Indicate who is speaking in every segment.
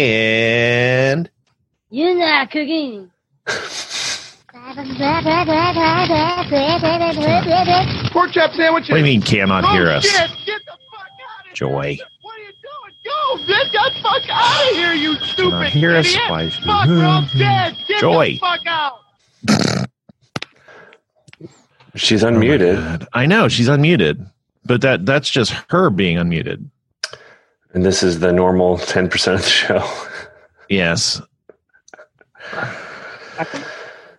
Speaker 1: and
Speaker 2: You're not cooking. Oh
Speaker 3: Pork chop sandwiches.
Speaker 1: what do you mean cannot
Speaker 3: oh,
Speaker 1: hear us?
Speaker 3: Shit. Get the fuck out of here.
Speaker 1: Joy.
Speaker 3: What are you doing? Go! Get the fuck out of here, you stupid
Speaker 1: Cannot hear us.
Speaker 3: idiot!
Speaker 1: Why-
Speaker 3: Fuck, we're all dead. Get
Speaker 1: Joy.
Speaker 3: the fuck out.
Speaker 4: She's
Speaker 1: Oh my
Speaker 4: unmuted,
Speaker 1: God. I know she's unmuted, but that that's just her being unmuted.
Speaker 4: and this is the normal ten percent of the show.
Speaker 1: Yes.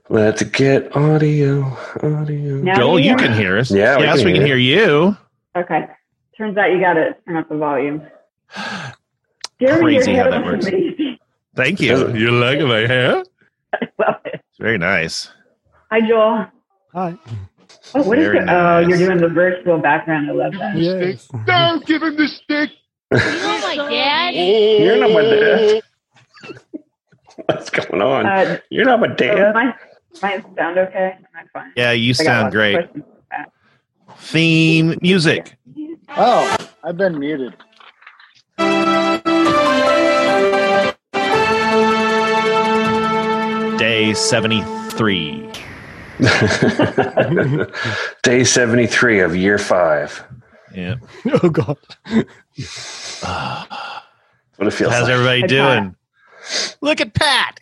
Speaker 4: Let's get audio, audio.
Speaker 5: Now
Speaker 1: Joel, you
Speaker 5: hear
Speaker 1: can
Speaker 5: me?
Speaker 1: hear us.
Speaker 4: Yeah, we
Speaker 1: yes,
Speaker 4: can
Speaker 1: we can
Speaker 4: hear
Speaker 1: hear you.
Speaker 5: Okay. Turns out you got to turn up the volume. Jerry,
Speaker 1: Crazy
Speaker 5: your
Speaker 1: how
Speaker 5: hair
Speaker 1: that
Speaker 5: looks
Speaker 1: works.
Speaker 5: amazing.
Speaker 1: Thank you. You like my hair? It's
Speaker 5: I love it.
Speaker 1: very nice.
Speaker 5: Hi, Joel.
Speaker 6: Hi.
Speaker 5: Oh, what is
Speaker 1: Very
Speaker 5: your, oh, you're
Speaker 1: nice.
Speaker 5: doing the virtual background. I love that.
Speaker 6: Yes.
Speaker 3: Don't give him the stick.
Speaker 2: You know my dad?
Speaker 4: You're not my dad. What's going on?
Speaker 5: Uh,
Speaker 4: You're not my
Speaker 5: oh,
Speaker 4: dad.
Speaker 5: my, my sound okay? I'm fine.
Speaker 1: Yeah, you
Speaker 5: I got
Speaker 1: sound
Speaker 5: lots of
Speaker 1: great.
Speaker 5: questions for that.
Speaker 1: Theme music.
Speaker 6: Oh, I've been muted.
Speaker 1: Day 73.
Speaker 4: Day seventy three of year five.
Speaker 1: Yeah.
Speaker 6: Oh God.
Speaker 4: That's what it feels
Speaker 1: How's
Speaker 4: like.
Speaker 1: everybody
Speaker 5: Hi,
Speaker 1: doing? Look at Pat.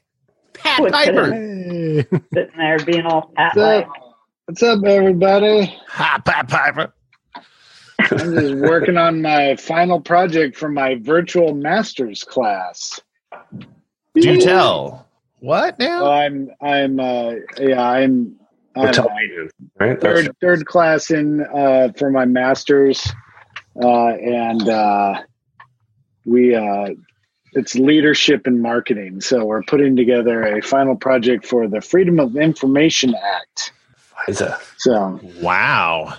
Speaker 1: Pat
Speaker 5: Oh, it's
Speaker 1: Piper.
Speaker 6: Hey.
Speaker 5: Sitting there being all pat
Speaker 6: What's
Speaker 5: like.
Speaker 6: up? What's up, everybody?
Speaker 1: Ha, Pat Piper.
Speaker 6: I'm just working on my final project for my virtual master's class.
Speaker 1: Do tell. What
Speaker 6: Well,
Speaker 1: now?
Speaker 6: I'm, I'm, uh, yeah, I'm.
Speaker 4: We're
Speaker 6: I'm uh,
Speaker 4: television, right? That's-
Speaker 6: third third class in uh, for my master's, uh, and uh, we uh, it's leadership and marketing. So we're putting together a final project for the Freedom of Information Act.
Speaker 4: it's a-
Speaker 6: So
Speaker 1: Wow.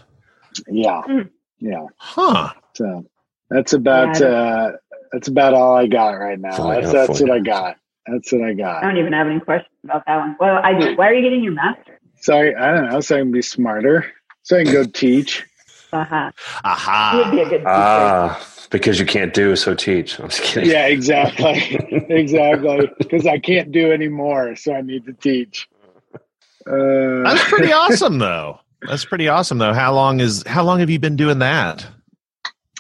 Speaker 6: yeah,
Speaker 5: Hmm.
Speaker 6: yeah.
Speaker 1: Huh.
Speaker 6: So that's about
Speaker 5: Yeah, I
Speaker 6: uh, that's about all I got right now.
Speaker 4: Fully
Speaker 6: That's,
Speaker 4: out,
Speaker 6: that's
Speaker 4: fully
Speaker 6: what I
Speaker 4: out.
Speaker 6: got. That's what I
Speaker 5: I
Speaker 6: got.
Speaker 5: don't even have any questions about that one. Well, I do. Why are you getting your master's?
Speaker 6: Sorry, I don't know. So I can be smarter. So I can go teach.
Speaker 5: Uh-huh. You would
Speaker 1: Aha.
Speaker 5: be a good teacher.
Speaker 4: ah, because you can't do so teach. I'm just kidding.
Speaker 6: Yeah, exactly. exactly because i can't do any more so i need to teach uh,
Speaker 1: That's pretty awesome though. That's pretty awesome though. How long is how long have you been doing that?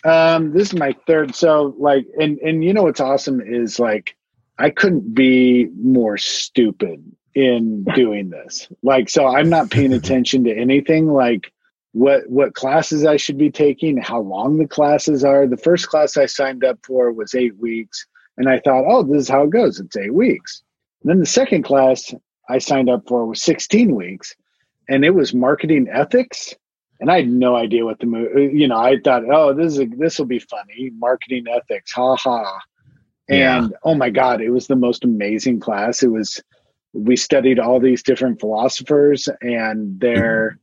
Speaker 6: um this is my third so like and and you know what's awesome is like i couldn't be more stupid in doing this like so i'm not paying attention to anything like what what classes i should be taking how long the classes are the first class i signed up for was eight weeks and i thought oh this is how it goes it's eight weeks And then the second class i signed up for was 16 weeks and it was marketing ethics and I had no idea what the movie. You know, I thought, oh, this is this will be funny, marketing ethics, ha ha. And oh my god, it was the most amazing class. It was we studied all these different philosophers and their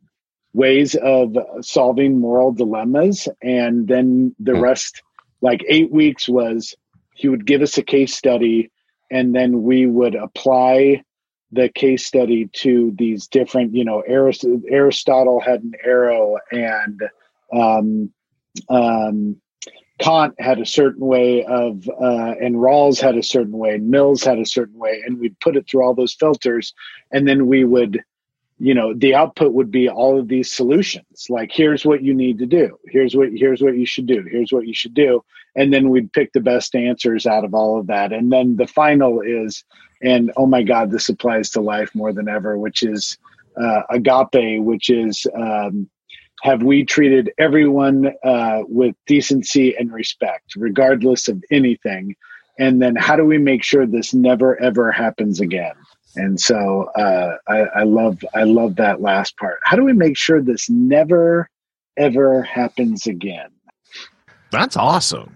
Speaker 6: ways of solving moral dilemmas, and then the
Speaker 4: Hmm.
Speaker 6: rest, like eight weeks, was he would give us a case study, and then we would apply the case study to these different, you know, Aris- Aristotle had an arrow and um, um, Kant had a certain way of, uh, and Rawls had a certain way, Mills had a certain way, and we'd put it through all those filters. And then we would, you know, the output would be all of these solutions. Like, here's what you need to do. Here's what, here's what you should do. Here's what you should do. And then we'd pick the best answers out of all of that. And then the final is, and oh my god this applies to life more than ever which is uh, agape which is um, have we treated everyone uh, with decency and respect regardless of anything and then how do we make sure this never ever happens again and so uh, I, I love i love that last part how do we make sure this never ever happens again
Speaker 1: That's awesome.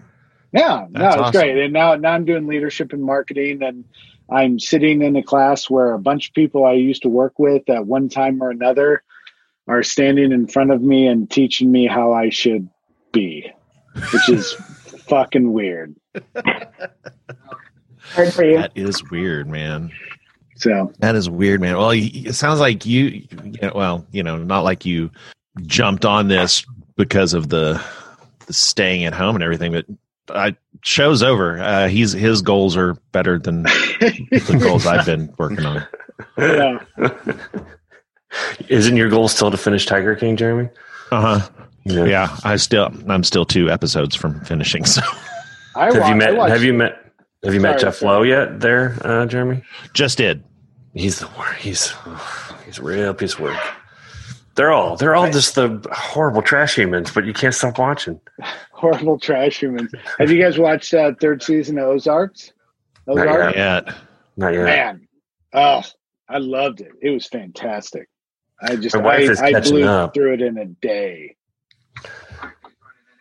Speaker 6: yeah, no,
Speaker 1: That's
Speaker 6: it's
Speaker 1: awesome.
Speaker 6: great. And now, now I'm doing leadership and marketing, and I'm sitting in a class where a bunch of people I used to work with at one time or another are standing in front of me and teaching me how I should be, which is fucking weird.
Speaker 5: Hard for you.
Speaker 1: That is weird, man.
Speaker 6: So,
Speaker 1: That is weird, man. Well, y- it sounds like you, you know, well, you know, not like you jumped on this because of the, the staying at home and everything, but I show's over. Uh, he's his goals are better than the goals I've been working on.
Speaker 6: yeah.
Speaker 4: Isn't your goal still to finish Tiger King, Jeremy?
Speaker 1: Uh huh. Yeah, I still I'm still two episodes from finishing. So
Speaker 6: I
Speaker 4: Have
Speaker 6: wa- I
Speaker 4: you met?
Speaker 6: watched-
Speaker 4: Have you met? Have you met
Speaker 6: Sorry,
Speaker 4: Jeff
Speaker 6: sorry.
Speaker 4: Lowe yet? There, uh, Jeremy.
Speaker 1: just did.
Speaker 4: He's the work. He's he's a real piece of work. They're all they're all just the horrible trash humans, but you can't stop watching.
Speaker 6: horrible trash humans. Have you guys watched uh, third season of Ozarks?
Speaker 4: yet.
Speaker 6: Ozark,
Speaker 1: Yet.
Speaker 4: Not yet.
Speaker 6: man, oh, I loved it. It was fantastic. I just
Speaker 4: My wife
Speaker 6: I,
Speaker 4: is
Speaker 6: I
Speaker 4: catching
Speaker 6: blew
Speaker 4: up.
Speaker 6: through it in a day.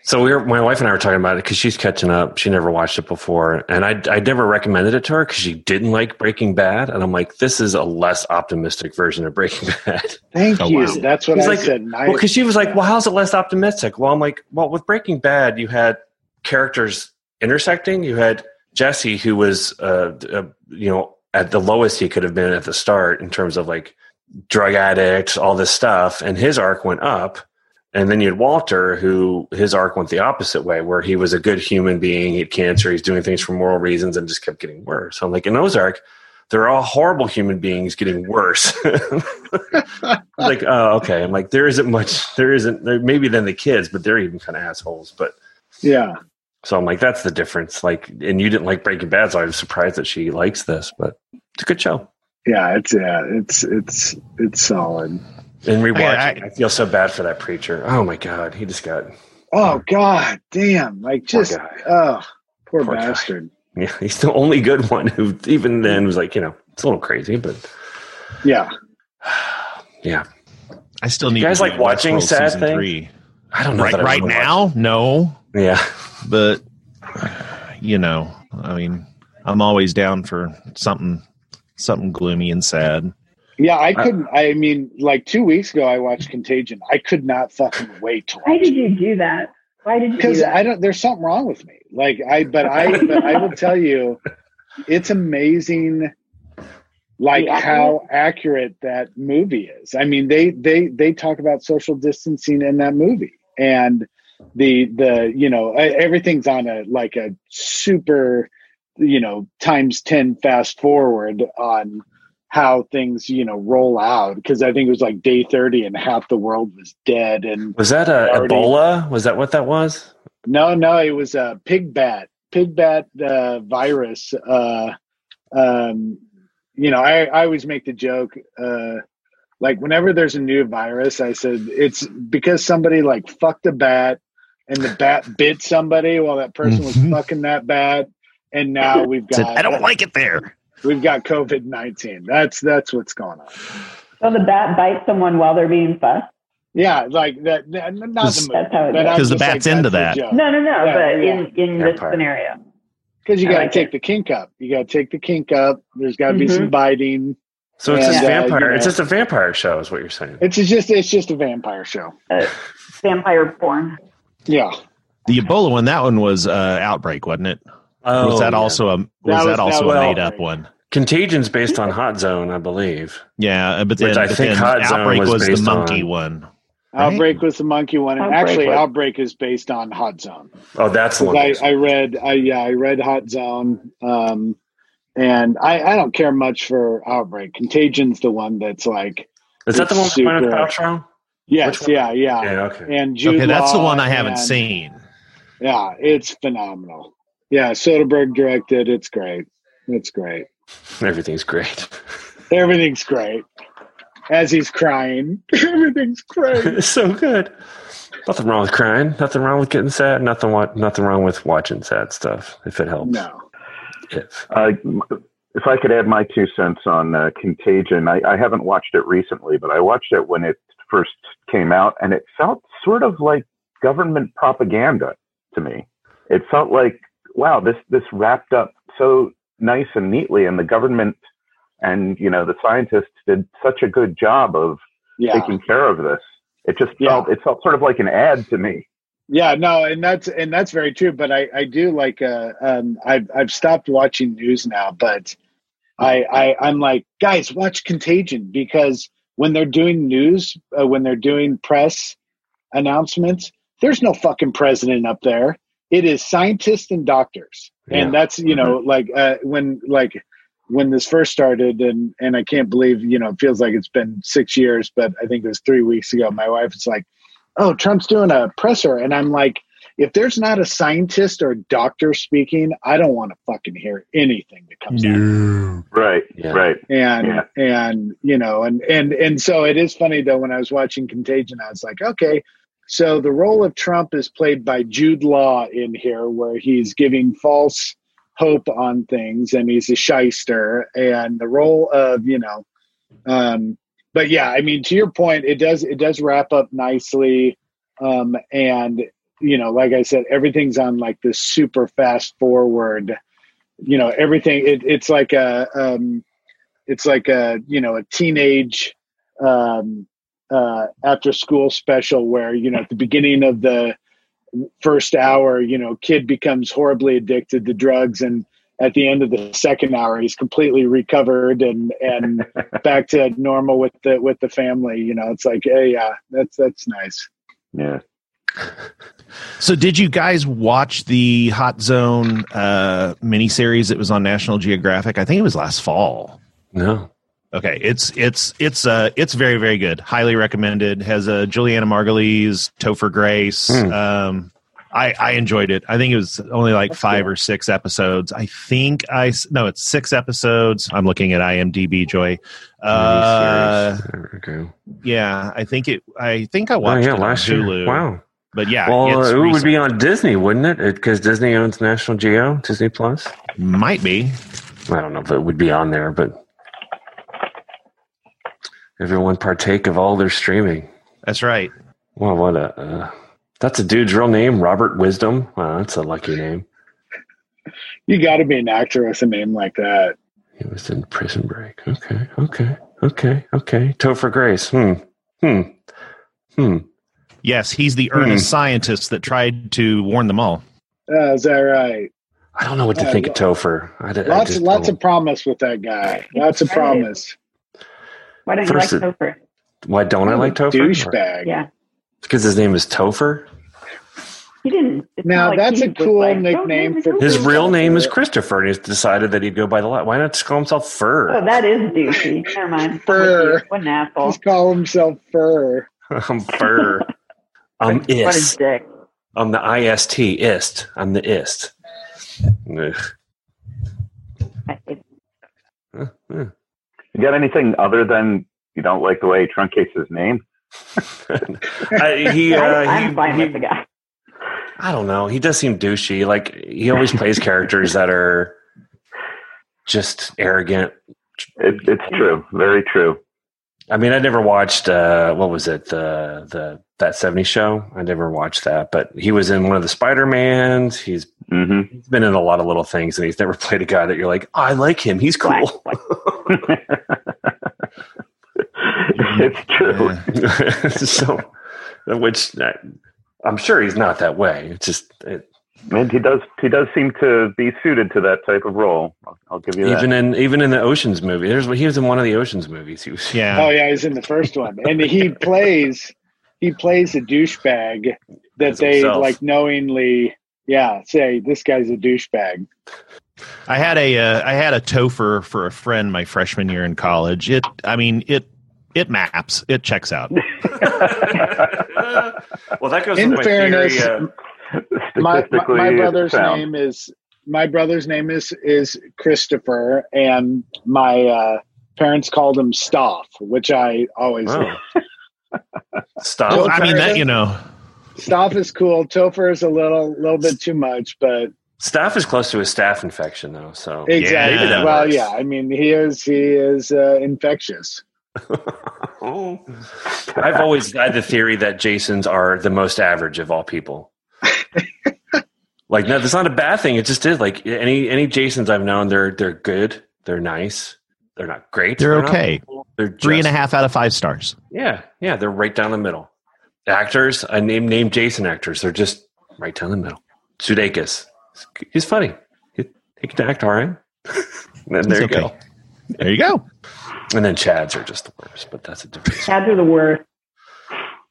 Speaker 4: So we were, my wife and I were talking about it because she's catching up. She never watched it before, and I I never recommended it to her because she didn't like Breaking Bad, and I'm like, this is a less optimistic version of Breaking Bad.
Speaker 6: Thank
Speaker 1: Oh,
Speaker 6: you.
Speaker 1: wow.
Speaker 6: That's what
Speaker 4: He's
Speaker 6: I
Speaker 4: like-
Speaker 6: said. and I-
Speaker 4: well, because she was like, well, how's it less optimistic? Well, I'm like, well, with Breaking Bad, you had characters intersecting. You had Jesse, who was, uh, uh, you know, at the lowest he could have been at the start in terms of like drug addicts, all this stuff, and his arc went up. And then you had Walter, who his arc went the opposite way, where he was a good human being, he had cancer, he's doing things for moral reasons, and just kept getting worse. So I'm like, in Ozark, they're all horrible human beings getting worse. like, oh, okay. I'm like, there isn't much, there isn't, there, maybe then the kids, but they're even kind of assholes. But
Speaker 6: yeah,
Speaker 4: so I'm like, that's the difference. Like, and you didn't like Breaking Bad, so I was surprised that she likes this, but it's a good show.
Speaker 6: yeah, it's yeah, it's it's it's solid.
Speaker 4: And rewatching,
Speaker 1: I-
Speaker 4: I, feel so bad for that preacher. Oh my God. He just got,
Speaker 6: Oh God, damn! Like
Speaker 4: poor
Speaker 6: just
Speaker 4: guy.
Speaker 6: oh, poor,
Speaker 4: Poor guy.
Speaker 6: bastard.
Speaker 4: Yeah, he's the only good one who, even then, was like, you know, it's a little crazy, but
Speaker 6: Yeah,
Speaker 4: yeah,
Speaker 1: I still need
Speaker 4: guys
Speaker 1: to
Speaker 4: like
Speaker 1: do
Speaker 4: watching
Speaker 1: Westworld
Speaker 4: sad
Speaker 1: season
Speaker 4: things?
Speaker 1: three.
Speaker 4: I don't know.
Speaker 1: Right
Speaker 4: that I
Speaker 1: right
Speaker 4: wanna watch-
Speaker 1: now? No.
Speaker 4: yeah,
Speaker 1: But you know, I mean, I'm always down for something something gloomy and sad.
Speaker 6: yeah. I
Speaker 4: Uh,
Speaker 6: couldn't. I mean, like two weeks ago, I watched Contagion. I could not fucking wait to
Speaker 5: Why
Speaker 6: watch
Speaker 5: did you do that? Why did you do
Speaker 6: because
Speaker 5: that?
Speaker 6: I don't. There's something wrong with me. Like I, but I, but I will tell you, it's amazing, like
Speaker 2: Yeah.
Speaker 6: how accurate that movie is. I mean, they they they talk about social distancing in that movie, and the the you know e- everything's on a like a super you know times 10 fast forward on how things you know roll out because i think it was like day 30 and half the world was dead and
Speaker 4: was that uh,
Speaker 6: Already-
Speaker 4: Ebola? Was that what that was?
Speaker 6: no, no, it was a pig bat, pig bat uh, virus. Uh, um, you know, I, I always make the joke, uh, like whenever there's a new virus, I said it's because somebody like fucked a bat, and the bat bit somebody while that person was
Speaker 1: Mhm.
Speaker 6: fucking that bat, and now we've
Speaker 1: Said,
Speaker 6: got
Speaker 1: I don't like it there.
Speaker 6: we've got COVID nineteen. That's that's what's going on.
Speaker 5: so the bat bites someone while they're being fussed.
Speaker 6: Yeah, like that. that- Not the
Speaker 1: 'Cause-
Speaker 6: movie,
Speaker 5: That's how it
Speaker 6: but
Speaker 5: is.
Speaker 6: I'm
Speaker 1: 'Cause the
Speaker 6: just like,
Speaker 1: bat's into
Speaker 6: that's the joke.
Speaker 5: No, no, no.
Speaker 6: Yeah,
Speaker 5: but
Speaker 6: yeah.
Speaker 5: in in this
Speaker 4: Vampire.
Speaker 5: scenario,
Speaker 6: Because you
Speaker 5: I
Speaker 6: got to
Speaker 5: like
Speaker 6: take the kink up. You got to take the kink up. There's got to be
Speaker 5: Mhm.
Speaker 6: some biting.
Speaker 4: So it's
Speaker 6: Yeah.
Speaker 4: just
Speaker 6: Yeah,
Speaker 4: vampire.
Speaker 6: you know.
Speaker 4: It's just a vampire show, is what you're saying.
Speaker 6: It's just it's just a vampire show.
Speaker 5: uh, vampire porn.
Speaker 6: Yeah,
Speaker 1: The Ebola one, that one was uh, outbreak, wasn't it? Or
Speaker 4: Oh,
Speaker 1: was that
Speaker 4: yeah.
Speaker 1: also a was
Speaker 6: That
Speaker 1: that,
Speaker 6: was-
Speaker 1: also
Speaker 6: that
Speaker 1: a
Speaker 6: was
Speaker 1: made up
Speaker 6: Outbreak.
Speaker 1: one?
Speaker 4: Contagion's based on Hot Zone, I believe.
Speaker 1: Yeah, uh, but then,
Speaker 4: Which I
Speaker 1: but
Speaker 4: think
Speaker 1: then
Speaker 4: Hot Zone
Speaker 1: outbreak
Speaker 4: was
Speaker 1: was, the
Speaker 4: based
Speaker 1: monkey
Speaker 4: on-
Speaker 1: one. Right.
Speaker 6: outbreak was the monkey one, and
Speaker 5: Outbreak
Speaker 6: actually,
Speaker 4: was-
Speaker 6: outbreak is based on Hot Zone.
Speaker 4: Oh, that's the
Speaker 6: 'Cause
Speaker 4: one.
Speaker 6: I, I read, I yeah, I read Hot Zone, um, and I I don't care much for outbreak. Contagion's the one that's like
Speaker 4: is that the one with
Speaker 6: Super-
Speaker 4: Gwyneth Paltrow?
Speaker 6: yes,
Speaker 4: Which one?
Speaker 6: yeah, yeah,
Speaker 4: Yeah, okay.
Speaker 6: and Jude
Speaker 1: Okay, that's the
Speaker 6: Law
Speaker 1: one I haven't
Speaker 6: and-
Speaker 1: seen.
Speaker 6: Yeah, it's phenomenal. Yeah, Soderbergh directed. It's great. It's great.
Speaker 4: Everything's great.
Speaker 6: Everything's great. As he's crying, everything's great.
Speaker 4: it's so good. Nothing wrong with crying. Nothing wrong with getting sad. Nothing. Wa- nothing wrong with watching sad stuff if it helps.
Speaker 6: No.
Speaker 4: If.
Speaker 7: Uh, if I could add my two cents on uh, Contagion, I, I haven't watched it recently, but I watched it when it first came out, and it felt sort of like government propaganda to me. It felt like, wow, this this wrapped up so nice and neatly, and the government and you know the scientists did such a good job of
Speaker 6: Yeah.
Speaker 7: taking care of this. It just
Speaker 6: Yeah.
Speaker 7: felt it felt sort of like an ad to me.
Speaker 6: Yeah, no, and that's and that's very true. But I I do like uh um I've I've stopped watching news now, but I I I'm like guys watch Contagion because when they're doing news uh, when they're doing press announcements, there's no fucking president up there. it is scientists and doctors and
Speaker 4: Yeah.
Speaker 6: that's you know like uh, when like when this first started and and i can't believe you know it feels like it's been six years but i think it was three weeks ago my wife was like oh trump's doing a presser and i'm like if there's not a scientist or a doctor speaking i don't want to fucking hear anything that comes out
Speaker 7: Right.
Speaker 4: Yeah.
Speaker 7: Right.
Speaker 6: and
Speaker 7: Yeah.
Speaker 6: and you know and and and so it is funny though when i was watching contagion i was like okay so the role of trump is played by jude law in here where he's giving false hope on things and he's a shyster and the role of you know um but yeah i mean to your point it does it does wrap up nicely um and you know like i said everything's on like this super fast forward you know everything it, it's like a um it's like a you know a teenage um, uh, after school special where you know at the beginning of the first hour you know kid becomes horribly addicted to drugs and at the end of the second hour he's completely recovered and and back to normal with the with the family you know it's like hey yeah that's that's nice
Speaker 7: Yeah.
Speaker 1: So, did you guys watch the Hot Zone uh, miniseries that was on National Geographic? I think it was last fall.
Speaker 4: No.
Speaker 1: Okay, it's it's it's uh it's very very good. Highly recommended. Has uh, Juliana Margulies, Topher Grace.
Speaker 4: Hmm.
Speaker 1: Um, I I enjoyed it. I think it was only like five or six episodes. I think I s- no, it's six episodes. I'm looking at IMDb. Joy. Uh,
Speaker 4: Miniseries. there we go.
Speaker 1: yeah, I think it. I think I
Speaker 4: Oh,
Speaker 1: watched
Speaker 4: yeah,
Speaker 1: it on
Speaker 4: last year.
Speaker 1: Hulu.
Speaker 4: Wow.
Speaker 1: But yeah,
Speaker 4: well,
Speaker 1: it's
Speaker 4: uh, it would
Speaker 1: recent.
Speaker 4: be on Disney, wouldn't it? Because Disney owns National Geo, Disney Plus.
Speaker 1: might be.
Speaker 4: I don't know if it would be on there, but everyone partake of all their streaming.
Speaker 1: That's right.
Speaker 4: Well, what a uh, that's a dude's real name, Robert Wisdom. Wow, that's a lucky name.
Speaker 6: you got to be an actor with a name like that
Speaker 4: He was in Prison Break. Okay, okay, okay, okay. Topher Grace. Hmm, hmm, hmm.
Speaker 1: Yes, he's the earnest scientist that tried to warn them all.
Speaker 6: uh, is that right
Speaker 4: I don't know what to
Speaker 6: Uh,
Speaker 4: think of Topher. I, d- I
Speaker 6: lots
Speaker 4: just
Speaker 6: lots
Speaker 4: don't-
Speaker 6: of promise with that guy lots of
Speaker 5: Right.
Speaker 6: promise
Speaker 5: Why don't
Speaker 4: First
Speaker 5: you
Speaker 4: it-
Speaker 5: like Topher?
Speaker 4: Why don't I like Topher?
Speaker 6: douchebag
Speaker 5: Yeah.
Speaker 4: Because his name is Topher.
Speaker 5: He didn't. it's
Speaker 6: Now,
Speaker 5: not like
Speaker 6: that's
Speaker 5: he
Speaker 6: a
Speaker 5: was
Speaker 6: cool
Speaker 5: like, "Don't
Speaker 6: nickname
Speaker 5: name me
Speaker 6: for-
Speaker 5: Topher."
Speaker 4: His
Speaker 6: Who's
Speaker 4: real name is
Speaker 6: Topher?
Speaker 4: Christopher, and he's decided that he'd go by the lot. Why not just call himself Fur?
Speaker 5: Oh, that is douchey. Never mind. I'm with
Speaker 6: Fur.
Speaker 5: you. What an asshole.
Speaker 6: just call himself fur
Speaker 4: I'm Fur. I'm
Speaker 5: What
Speaker 4: Ist.
Speaker 5: a dick.
Speaker 4: I'm the IST. Ist. I'm the Ist. Ugh.
Speaker 5: I hate it.
Speaker 4: Huh, huh.
Speaker 7: You got anything other than you don't like the way he truncates his name?
Speaker 4: I, he, uh,
Speaker 5: I, am
Speaker 4: he-
Speaker 5: fine
Speaker 4: he-
Speaker 5: with the guy.
Speaker 4: I don't know. He does seem douchey. Like he always plays characters that are just arrogant.
Speaker 7: It, it's true. Very true.
Speaker 4: I mean, I never watched uh, what was it the the that '70s show. I never watched that, but he was in one of the Spider Mans. He's
Speaker 7: hmm
Speaker 4: he's been in a lot of little things, and he's never played a guy that you're like, I like him. He's cool.
Speaker 7: it's true.
Speaker 1: Yeah.
Speaker 4: so, which uh, I'm sure he's not that way. It's just it,
Speaker 7: And he does. He does seem to be suited to that type of role. I'll, I'll give you that.
Speaker 4: even in even in the Ocean's movie. There's he was in one of the Ocean's movies. He was
Speaker 1: Yeah.
Speaker 6: Oh yeah, he's in the first one, and he plays he plays a douchebag that
Speaker 4: As
Speaker 6: they
Speaker 4: himself.
Speaker 6: like knowingly, yeah, say this guy's a douchebag.
Speaker 1: I had a uh, I had a Topher for a friend my freshman year in college. It I mean it it maps it checks out.
Speaker 4: well, that goes
Speaker 6: In
Speaker 4: with my
Speaker 6: fairness,
Speaker 4: theory. Uh,
Speaker 6: My, my,
Speaker 7: Statistically,
Speaker 6: my
Speaker 7: it's
Speaker 6: brother's
Speaker 7: sound.
Speaker 6: name is my brother's name is is Christopher, and my uh, parents called him Stoff, which I always
Speaker 4: wow. Stop.
Speaker 1: Well, I mean that you know.
Speaker 6: Stoff is cool. Topher is a little little bit too much, but
Speaker 4: Staff is close to a staph infection, though. So
Speaker 6: exactly.
Speaker 1: Maybe that
Speaker 6: well,
Speaker 4: works.
Speaker 6: yeah, I mean he is he is uh, infectious. Oh.
Speaker 4: I've always had the theory that Jasons are the most average of all people. like, no, that's not a bad thing. It just is. Like any any Jasons I've known, they're they're good. They're nice. They're not great.
Speaker 1: They're
Speaker 4: not
Speaker 1: okay.
Speaker 4: awful, they're
Speaker 1: Three and a
Speaker 4: just-
Speaker 1: half out of five stars.
Speaker 4: Yeah, yeah. They're right down the middle. Actors, I name name Jason actors. They're just right down the middle. Sudeikis, he's funny. He, he can act all right. and then there
Speaker 1: It's
Speaker 4: you
Speaker 1: okay. There you go.
Speaker 4: go. And then Chads are just the worst, but that's a different.
Speaker 5: Chads are the worst.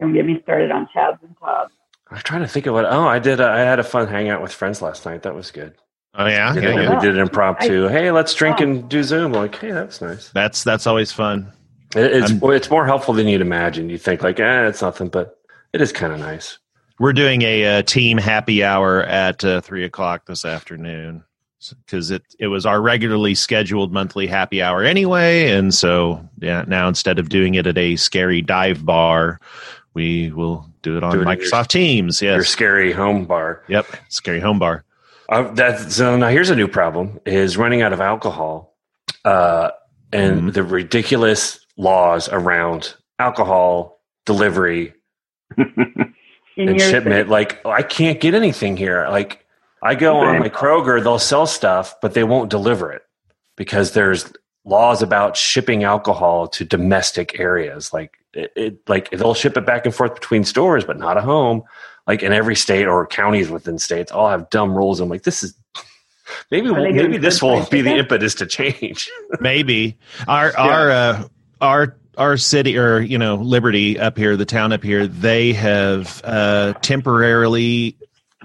Speaker 5: Don't get me started on Chads and Todd.
Speaker 4: I'm trying to think of what. Oh, I did. A, I had a fun hangout with friends last night. That was good.
Speaker 1: Oh yeah,
Speaker 4: You
Speaker 1: yeah,
Speaker 4: know,
Speaker 1: yeah.
Speaker 4: We did an impromptu. hey, let's drink
Speaker 5: Oh.
Speaker 4: and do Zoom. Like, hey, that was nice.
Speaker 1: That's that's always fun.
Speaker 4: It, it's
Speaker 1: I'm-
Speaker 4: well, it's more helpful than you'd imagine. You think like, eh, it's nothing, but it is kind of nice.
Speaker 1: We're doing a, uh team happy hour at uh, three o'clock this afternoon because it it was our regularly scheduled monthly happy hour anyway, and so yeah, now instead of doing it at a scary dive bar, we will do it on
Speaker 4: Do it at your-
Speaker 1: Microsoft Teams.
Speaker 4: Your
Speaker 1: Yes,
Speaker 4: scary home bar.
Speaker 1: yep, scary home bar.
Speaker 4: Uh, that so now here's a new problem: is running out of alcohol, uh, and
Speaker 1: Mhm.
Speaker 4: the ridiculous laws around alcohol delivery
Speaker 5: In
Speaker 4: and
Speaker 5: your
Speaker 4: shipment. Like, oh, I can't get anything here. Like, I go on
Speaker 7: Same.
Speaker 4: like Kroger, they'll sell stuff, but they won't deliver it because there's laws about shipping alcohol to domestic areas. Like, it, it like they'll ship it back and forth between stores, but not a home. Like in every state or counties within states, all have dumb rules. I'm like, this is maybe
Speaker 5: Are they
Speaker 4: maybe
Speaker 5: doing
Speaker 4: this
Speaker 5: good
Speaker 4: will
Speaker 5: price
Speaker 4: be the
Speaker 5: shipping?
Speaker 4: impetus to change.
Speaker 1: Maybe our our uh, our our city or you know Liberty up here, the town up here, they have uh, temporarily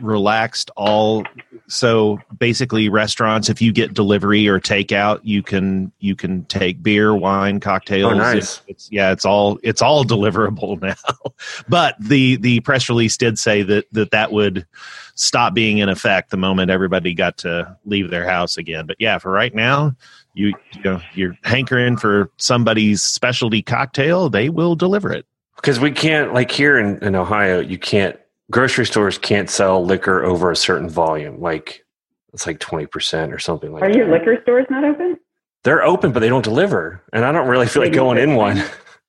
Speaker 1: relaxed all. So basically, restaurants, if you get delivery or takeout, you can you can take beer, wine, cocktails.
Speaker 4: Oh, nice.
Speaker 1: It's, yeah, it's all it's all deliverable now. but the the press release did say that that that would stop being in effect the moment everybody got to leave their house again. But yeah, for right now, you you know you're hankering for somebody's specialty cocktail, they will deliver it.
Speaker 4: because we can't like here in, in ohio you can't grocery stores can't sell liquor over a certain volume like it's like 20% or something like
Speaker 5: Are
Speaker 4: that
Speaker 5: your liquor stores not open?
Speaker 4: they're open but they don't deliver and i don't really feel like
Speaker 5: Maybe
Speaker 4: going in
Speaker 5: they're-
Speaker 4: one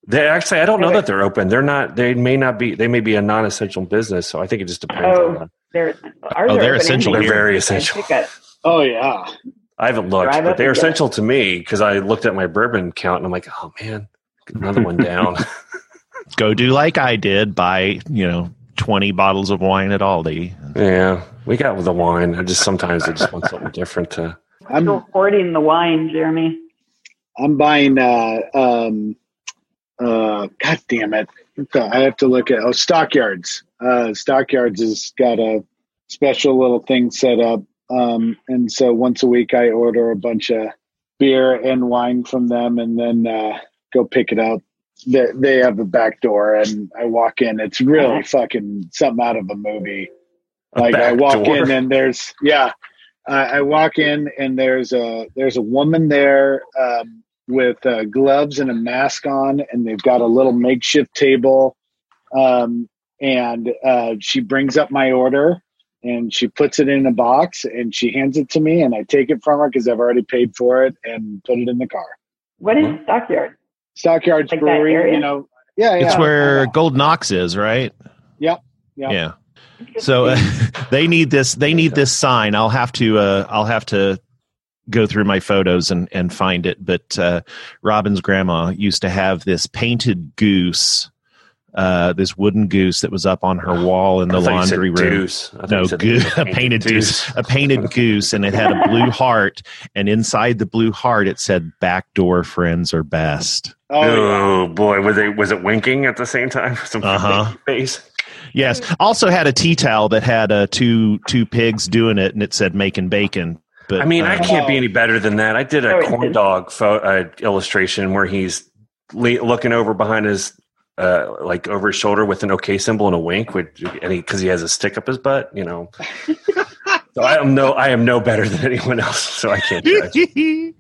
Speaker 4: they actually i don't know
Speaker 5: Okay.
Speaker 4: that they're open they're not they may not be they may be a non-essential business so i think it just depends
Speaker 5: Oh.
Speaker 4: on
Speaker 5: They're ours
Speaker 1: Oh,
Speaker 5: are
Speaker 1: they're
Speaker 5: open
Speaker 1: essential
Speaker 4: they're
Speaker 5: anyway.
Speaker 1: here.
Speaker 4: very
Speaker 5: You can
Speaker 4: essential
Speaker 5: pick up.
Speaker 6: Oh yeah,
Speaker 4: i haven't looked
Speaker 5: Drive
Speaker 4: but
Speaker 5: up
Speaker 4: they're
Speaker 5: and get it.
Speaker 4: essential to me because i looked at my bourbon count and i'm like oh man another one down
Speaker 1: Go do like I did, buy you know twenty bottles of wine at Aldi.
Speaker 4: yeah we got with the wine i just sometimes i just want something different to
Speaker 5: I'm
Speaker 6: I'm
Speaker 5: still hoarding the wine, Jeremy.
Speaker 6: I'm buying uh um uh god damn it. I have to look at oh stockyards. Uh stockyards has got a special little thing set up. Um and so once a week I order a bunch of beer and wine from them and then uh go pick it up. They they have a back door and I walk in. It's really fucking something out of a movie
Speaker 4: a
Speaker 6: like I
Speaker 4: back
Speaker 6: walk
Speaker 4: door.
Speaker 6: in and there's yeah, I I walk in and there's a there's a woman there um, with uh, gloves and a mask on, and they've got a little makeshift table, um, and uh, she brings up my order and she puts it in a box and she hands it to me and I take it from her because I've already paid for it and put it in the car.
Speaker 5: What is
Speaker 4: Hmm?
Speaker 5: Stockyard?
Speaker 6: Stockyards
Speaker 5: Like that
Speaker 6: Brewery,
Speaker 5: area?
Speaker 6: you know, yeah, yeah,
Speaker 1: it's where Gold Knox is, right?
Speaker 6: Yep, yep.
Speaker 1: Yeah. So uh, they need this. They need this sign. I'll have to. Uh, I'll have to go through my photos and and find it. But uh, Robin's grandma used to have this painted goose, uh, this wooden goose that was up on her wall in the
Speaker 4: I thought you said
Speaker 1: laundry room.
Speaker 4: deuce. I thought
Speaker 1: No,
Speaker 4: you said
Speaker 1: goo-
Speaker 4: there was
Speaker 1: a painted goose, a painted goose, and it had a blue heart. And inside the blue heart, it said "Backdoor friends are best."
Speaker 6: oh,
Speaker 4: oh boy, was it was it winking at the same time? Some
Speaker 1: Uh-huh.
Speaker 4: winky face.
Speaker 1: Yes. Also had a tea towel that had uh, two two pigs doing it, and it said "making bacon." But
Speaker 4: I mean, I
Speaker 1: um,
Speaker 4: can't be any better than that. I did
Speaker 5: Oh,
Speaker 4: a
Speaker 5: it
Speaker 4: corn
Speaker 5: is.
Speaker 4: dog pho- uh, illustration where he's le- looking over behind his. Uh, like over his shoulder with an okay symbol and a wink, which and he because he has a stick up his butt, you know. so I am no, I am no better than anyone else, so I can't judge.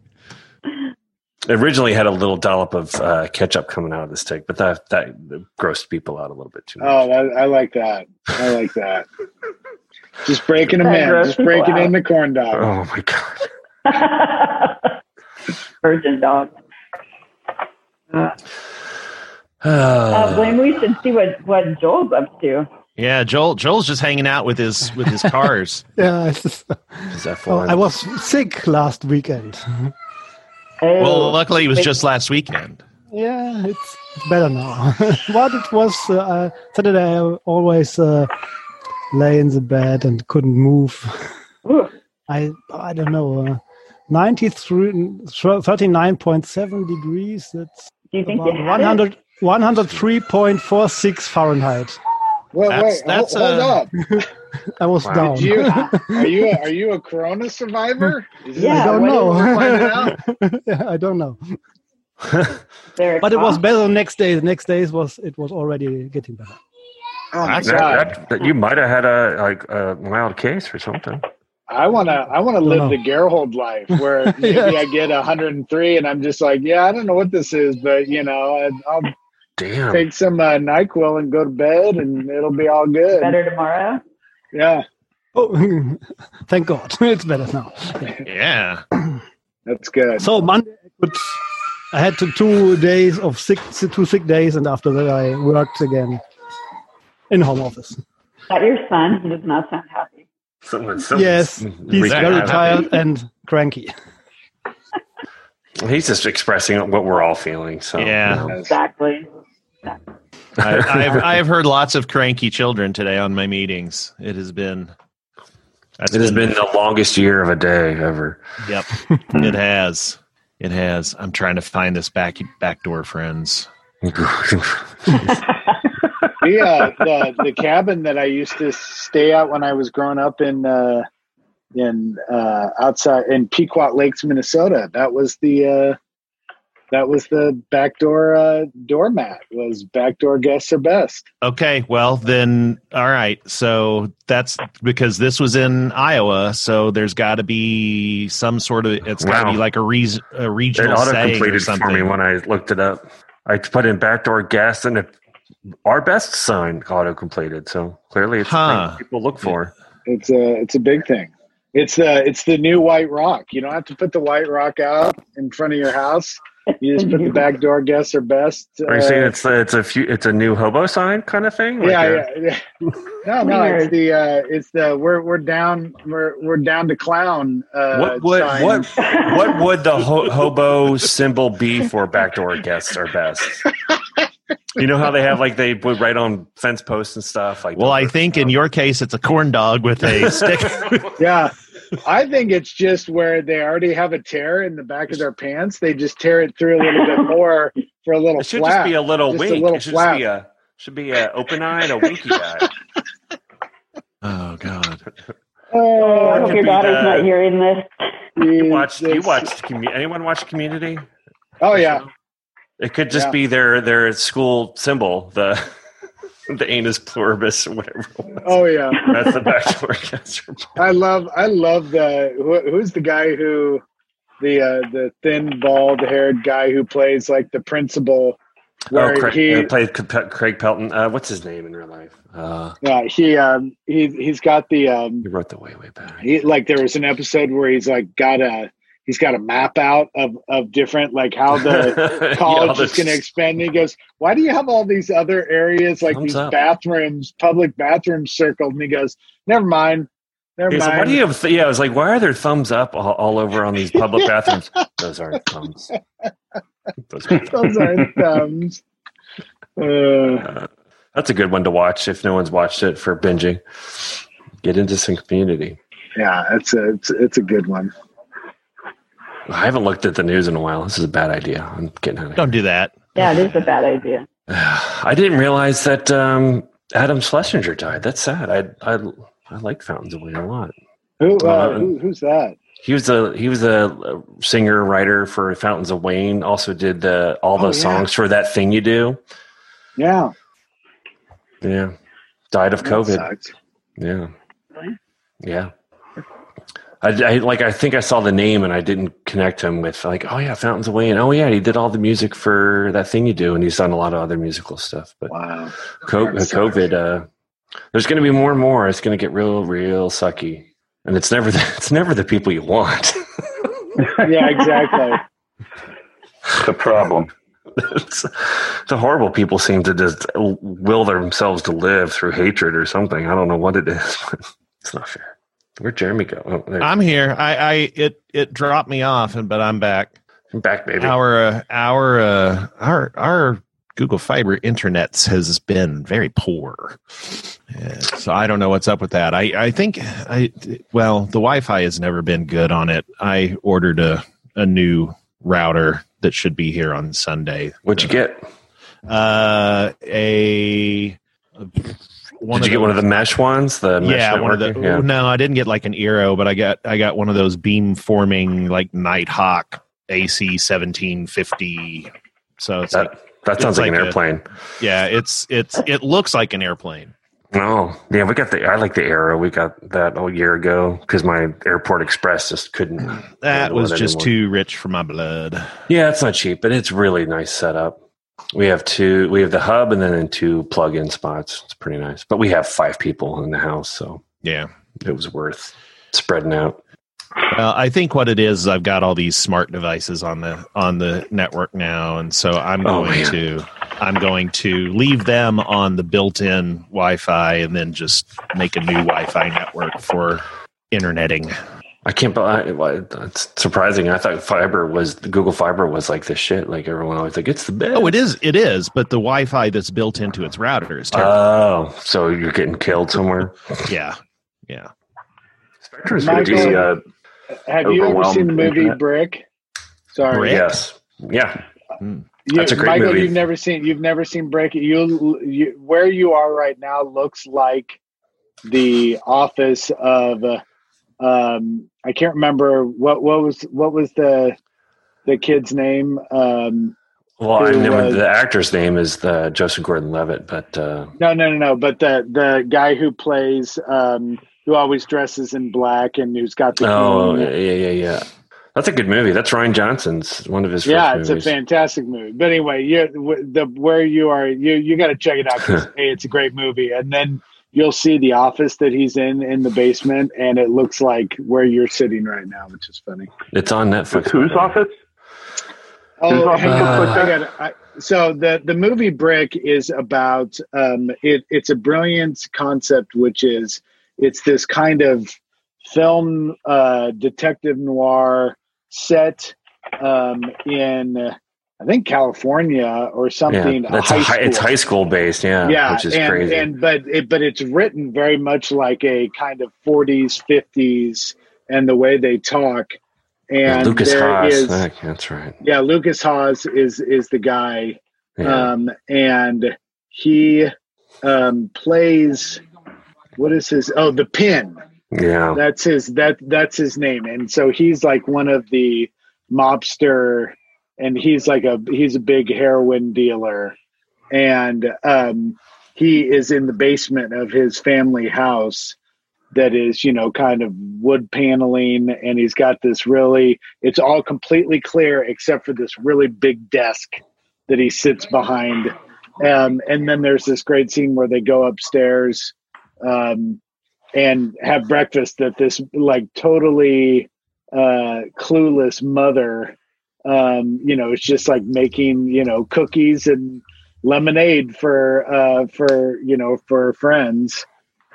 Speaker 4: Originally had a little dollop of uh, ketchup coming out of the stick, but that that grossed people out a little bit too much.
Speaker 6: Oh, that, I like that. I like that. Just breaking them
Speaker 5: That
Speaker 6: in.
Speaker 5: gross
Speaker 6: Just breaking
Speaker 5: people
Speaker 6: in the corn dog.
Speaker 4: oh my god!
Speaker 5: Virgin dog. Uh,
Speaker 4: Ah.
Speaker 5: Blaine, we should see what, what Joel's up to.
Speaker 1: yeah, Joel. Joel's just hanging out with his with his cars.
Speaker 8: Yeah, it's just,
Speaker 4: Is that
Speaker 8: oh,
Speaker 4: for
Speaker 8: I was sick last weekend.
Speaker 5: Oh,
Speaker 1: well, luckily it was just last weekend.
Speaker 8: Yeah, it's better now. what it was uh, uh, Saturday, I always uh, lay in the bed and couldn't move.
Speaker 5: Ooh,
Speaker 8: I I don't know. Uh, 93 39.7 degrees that's
Speaker 5: do you think
Speaker 8: about
Speaker 5: you had it?
Speaker 8: 100 103.46 fahrenheit
Speaker 6: Well,
Speaker 1: That's-
Speaker 6: wait,
Speaker 1: that's
Speaker 6: hold, hold
Speaker 1: a-
Speaker 8: uh,
Speaker 6: up.
Speaker 8: I was
Speaker 4: Wow.
Speaker 8: down.
Speaker 6: Did you, are you a, are you a Corona survivor? Is this
Speaker 5: Yeah,
Speaker 8: I
Speaker 6: the
Speaker 8: don't
Speaker 6: way we're finding out?
Speaker 8: know. Yeah, I don't know.
Speaker 5: They're a
Speaker 8: But it was
Speaker 5: cop.
Speaker 8: better the next day. The next days was it was already getting better.
Speaker 6: Oh my
Speaker 1: That's-
Speaker 6: god!
Speaker 4: That, that, you might have had a like a mild case or something.
Speaker 6: I want to I want to
Speaker 8: Don't
Speaker 6: live
Speaker 8: know.
Speaker 6: the Gerhold life where maybe
Speaker 8: Yes.
Speaker 6: I get 103 and I'm just like, yeah, I don't know what this is, but you know, and I'll
Speaker 4: Damn.
Speaker 6: take some uh, Nyquil and go to bed and it'll be all good.
Speaker 5: better tomorrow.
Speaker 6: Yeah,
Speaker 8: Oh, thank God, it's better now.
Speaker 1: Yeah.
Speaker 6: that's good.
Speaker 8: So Monday, I, could, I had to two days of sick, two sick days, and after that I worked again in home office.
Speaker 5: Is that your son? He does not sound happy.
Speaker 4: Someone, someone-
Speaker 8: Yes, he's
Speaker 4: Retired.
Speaker 8: very tired and cranky.
Speaker 4: He's just expressing what we're all feeling. So
Speaker 1: Yeah.
Speaker 4: you know.
Speaker 6: Yes.
Speaker 5: Exactly.
Speaker 1: I, I've I've heard lots of cranky children today on my meetings. It has been. that's
Speaker 4: it has been the longest year of a day ever.
Speaker 1: Yep. it has. It has. I'm trying to find this back backdoor friends.
Speaker 6: the, uh, the the cabin that I used to stay at when I was growing up in uh, in uh, outside in Pequot Lakes, Minnesota. That was the uh, that was the backdoor uh, doormat. Was backdoor guests are best.
Speaker 1: Okay, well then, all right. So that's because this was in Iowa, so there's got to be some sort of. It's got to
Speaker 4: Wow.
Speaker 1: be like a, re- a
Speaker 4: it
Speaker 1: regional
Speaker 4: auto
Speaker 1: saying or
Speaker 4: completed
Speaker 1: something.
Speaker 4: for me when I looked it up. I put in backdoor gas and it, our best sign auto completed. So clearly, it's
Speaker 1: Huh.
Speaker 4: the thing people look for.
Speaker 6: It's a it's a big thing. It's uh it's the new White Rock. You don't have to put the White Rock out in front of your house. You just put the backdoor guests are best.
Speaker 4: Are you saying
Speaker 6: uh,
Speaker 4: it's it's a few, it's a new hobo sign kind of thing? Like
Speaker 6: yeah,
Speaker 4: a-
Speaker 6: yeah, yeah. No, no,
Speaker 5: Weird.
Speaker 6: it's the uh, it's the we're we're down we're we're down to clown. Uh,
Speaker 4: What would
Speaker 6: sign.
Speaker 4: what what would the ho- hobo symbol be for backdoor guests are best? You know how they have like they would write on fence posts and stuff like.
Speaker 1: well, I think in your case, it's a corn dog with a stick.
Speaker 6: Yeah, I think it's just where they already have a tear in the back of their pants. They just tear it through a little bit more for a little
Speaker 4: It should
Speaker 6: flap.
Speaker 4: just be a little
Speaker 6: Just a
Speaker 4: wink.
Speaker 6: little
Speaker 4: it should just be a should be a open eye and a winky eye.
Speaker 1: oh God!
Speaker 5: Oh, I
Speaker 4: That
Speaker 5: hope
Speaker 4: could be
Speaker 5: your daughter's
Speaker 4: the-
Speaker 5: not hearing this.
Speaker 6: You
Speaker 4: Watch you watched commu- anyone watch Community?
Speaker 6: Oh yeah,
Speaker 4: It could just
Speaker 6: Yeah.
Speaker 4: be their their school symbol the the anus pluribus or whatever.
Speaker 6: oh yeah.
Speaker 4: That's the backdoor guest.
Speaker 6: I love I love the who, who's the guy who the uh, the thin bald haired guy who plays like the principal.
Speaker 4: Oh,
Speaker 6: Where
Speaker 4: Craig,
Speaker 6: he
Speaker 4: uh, played Craig- Craig Pelton. Uh, what's his name in real life? Uh,
Speaker 6: yeah he um he he's got the um
Speaker 4: he wrote the way way back.
Speaker 6: he, like there was an episode where he's like got a he's got a map out of of different like how the college is going to expand. And he goes, why do you have all these other areas like
Speaker 4: Thumbs
Speaker 6: these
Speaker 4: up.
Speaker 6: bathrooms, public bathrooms circled? And he goes, never mind, never
Speaker 4: He's
Speaker 6: mind.
Speaker 4: like, why do you have? Th-? Yeah, I was like, why are there thumbs up all, all over on these public bathrooms? Those aren't thumbs. Those are thumbs.
Speaker 6: Those are thumbs. Uh,
Speaker 4: Uh, that's a good one to watch if no one's watched it for binging. Get into some community.
Speaker 6: yeah, it's a it's, it's a good one.
Speaker 4: I haven't looked at the news in a while. This is a bad idea. I'm getting out of here.
Speaker 1: Don't do that.
Speaker 5: Yeah, it is a bad idea.
Speaker 4: I didn't realize that um, Adam Schlesinger died. That's sad. I I I like Fountains of Wayne a lot.
Speaker 6: Who, uh,
Speaker 4: Uh,
Speaker 6: who who's that?
Speaker 4: He was a he was a singer writer for Fountains of Wayne. Also did the all the
Speaker 6: Oh, yeah.
Speaker 4: songs for that thing you do.
Speaker 6: Yeah,
Speaker 4: Yeah, died of
Speaker 6: that
Speaker 4: COVID.
Speaker 6: sucks.
Speaker 4: Yeah,
Speaker 5: Really?
Speaker 4: yeah. I, I like I think I saw the name and I didn't connect him with like oh yeah Fountains of Wayne. Oh yeah, he did all the music for that thing you do, and he's done a lot of other musical stuff. But
Speaker 6: Wow.
Speaker 4: co-
Speaker 6: That sucks.
Speaker 4: COVID, uh, there's going to be more and more. It's going to get real, real sucky, and it's never the, it's never the people you want.
Speaker 6: Yeah, exactly.
Speaker 7: The problem.
Speaker 4: it's, the horrible people seem to just will themselves to live through hatred or something. I don't know what it is. it's not fair. Where'd Jeremy go? Oh, there.
Speaker 1: I'm here. I, I it it dropped me off, and but I'm back.
Speaker 4: I'm back, baby.
Speaker 1: Our uh, our uh, our our Google Fiber internets has been very poor, Yeah, so I don't know what's up with that. I I think I well the Wi-Fi has never been good on it. I ordered a a new router that should be here on Sunday.
Speaker 4: What'd you get?
Speaker 1: Uh, a one.
Speaker 4: Did you get one of the mesh ones? The mesh
Speaker 1: yeah, one of the.
Speaker 4: networking? Yeah.
Speaker 1: No, I didn't get like an Eero, but I got I got one of those beam forming like Nighthawk AC seventeen fifty. So it's like,
Speaker 4: That, that sounds
Speaker 1: It's
Speaker 4: like,
Speaker 1: like
Speaker 4: an
Speaker 1: a-
Speaker 4: airplane.
Speaker 1: yeah, it's it's it looks like an airplane.
Speaker 4: No, yeah, we got the. I like the Arrow. We got that a year ago because my Airport Express just couldn't.
Speaker 1: That
Speaker 4: know
Speaker 1: was
Speaker 4: what
Speaker 1: just
Speaker 4: anyone-
Speaker 1: too rich for my blood.
Speaker 4: Yeah, it's not cheap, but it's really nice setup. We have two. We have the hub, and then in two plug-in spots. It's pretty nice. But we have five people in the house, so
Speaker 1: Yeah.
Speaker 4: it was worth spreading out.
Speaker 1: Well, I think what it is, is I've got all these smart devices on the on the network now, and so I'm
Speaker 4: Oh,
Speaker 1: going
Speaker 4: man.
Speaker 1: to I'm going to leave them on the built-in Wi-Fi, and then just make a new Wi-Fi network for interneting.
Speaker 4: I can't believe it's surprising. I thought fiber was Google Fiber was like the shit. Like everyone always like it's the best.
Speaker 1: Oh, it is it is, but the Wi-Fi that's built into its router is terrible.
Speaker 4: Oh, so you're getting killed somewhere.
Speaker 1: yeah, yeah.
Speaker 4: Spectrum's
Speaker 6: My
Speaker 4: pretty decent.
Speaker 7: The, uh,
Speaker 6: Have you ever
Speaker 7: Overwhelmed
Speaker 6: seen the movie
Speaker 7: internet.
Speaker 6: Brick? Sorry,
Speaker 1: Brick?
Speaker 4: Yes. Yeah.
Speaker 6: You-
Speaker 4: That's a great
Speaker 6: Michael,
Speaker 4: movie.
Speaker 6: you've never seen you've never seen Break. You, you where you are right now looks like the office of uh, um I can't remember what what was what was the the kid's name um
Speaker 4: Well, I
Speaker 6: Who
Speaker 4: know
Speaker 6: was-
Speaker 4: the actor's name is uh, Joseph Gordon-Levitt, but uh,
Speaker 6: no no no no but the the guy who plays um who always dresses in black and who's got the
Speaker 4: oh
Speaker 6: cane.
Speaker 4: yeah, yeah, yeah. That's a good movie. That's Ryan Johnson's one of his.
Speaker 6: yeah
Speaker 4: first
Speaker 6: it's
Speaker 4: movies.
Speaker 6: a fantastic movie but anyway you w- the where you are you you got to check it out 'cause, hey it's a great movie and then you'll see the office that he's in in the basement and it looks like where you're sitting right now which is funny
Speaker 4: It's on Netflix.
Speaker 7: whose office? Whose
Speaker 6: oh
Speaker 7: office
Speaker 6: hang on,
Speaker 4: looks
Speaker 6: I
Speaker 7: like
Speaker 6: gotta- I- so the the movie brick is about um it it's a brilliant concept which is it's this kind of film uh detective noir set um in i think california or something
Speaker 4: Yeah, that's a high, it's high school based. Yeah,
Speaker 6: yeah,
Speaker 4: which is
Speaker 6: and,
Speaker 4: crazy.
Speaker 6: and but it, but it's written very much like a kind of 40s, 50s, and the way they talk. And
Speaker 4: Lucas
Speaker 6: there
Speaker 4: Haas.
Speaker 6: is-
Speaker 4: Heck, that's right.
Speaker 6: yeah, Lucas Haas is is the guy,
Speaker 4: Yeah.
Speaker 6: um, and he um, plays. What is his? Oh, the pin.
Speaker 4: yeah.
Speaker 6: That's his. That that's his name. And so he's like one of the mobster, and he's like a he's a big heroin dealer, and um, he is in the basement of his family house that is you know kind of wood paneling and he's got this really it's all completely clear except for this really big desk that he sits behind um, and then there's this great scene where they go upstairs um, and have breakfast that this like totally uh, clueless mother um, you know is just like making you know cookies and lemonade for uh, for you know for friends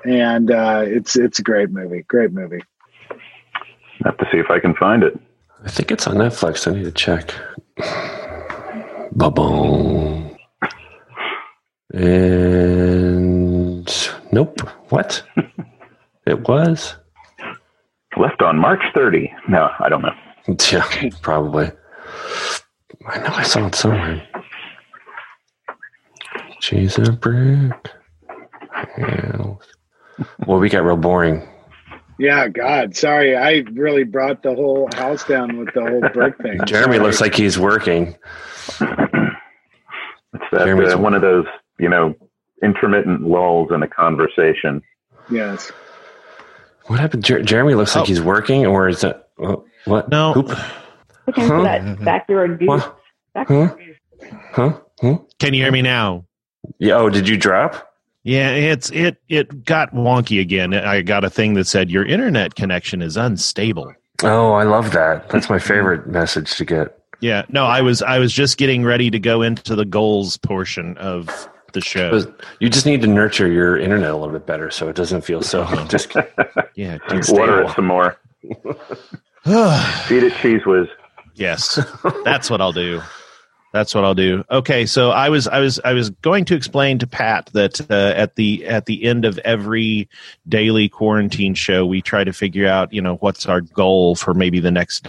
Speaker 6: and uh, it's it's a great movie great movie
Speaker 7: Have to see if I can find it.
Speaker 4: I think it's on Netflix. I need to check. Ba-boom. And nope. What? it was?
Speaker 7: Left on March 30. No, I don't know.
Speaker 4: Yeah, probably. I know I saw it somewhere. She's a brick. house. Well, we got real boring.
Speaker 6: yeah god sorry i really brought the whole house down with the whole brick thing
Speaker 4: Jeremy
Speaker 6: Sorry.
Speaker 4: looks like he's working.
Speaker 7: It's that,
Speaker 4: Jeremy's-
Speaker 7: uh, one of those, you know, intermittent lulls in a conversation.
Speaker 6: yes
Speaker 4: What happened? Jer- Jeremy looks
Speaker 1: Oh.
Speaker 4: like he's working, or is that oh, what?
Speaker 1: No.
Speaker 4: Oop.
Speaker 5: Looking
Speaker 4: Huh?
Speaker 5: for that backyard goose.
Speaker 4: What?
Speaker 5: Backyard
Speaker 4: Huh?
Speaker 5: goose.
Speaker 4: Huh? Huh?
Speaker 1: Can you hear me now?
Speaker 4: Yeah. Oh, did you drop?
Speaker 1: Yeah, it's it it got wonky again. I got a thing that said your internet connection is unstable.
Speaker 4: Oh, I love that. That's my favorite message to get.
Speaker 1: Yeah, no, I was I was just getting ready to go into the goals portion of the show.
Speaker 4: But you just need to nurture your internet a little bit better, so it doesn't feel so just
Speaker 1: Yeah.
Speaker 7: Water
Speaker 4: unstable.
Speaker 7: it some more.
Speaker 1: dude.
Speaker 7: Feed it cheese whiz.
Speaker 1: yes. That's what I'll do. That's what I'll do. Okay, so I was I was I was going to explain to Pat that uh, at the at the end of every daily quarantine show, we try to figure out, you know, what's our goal for maybe the next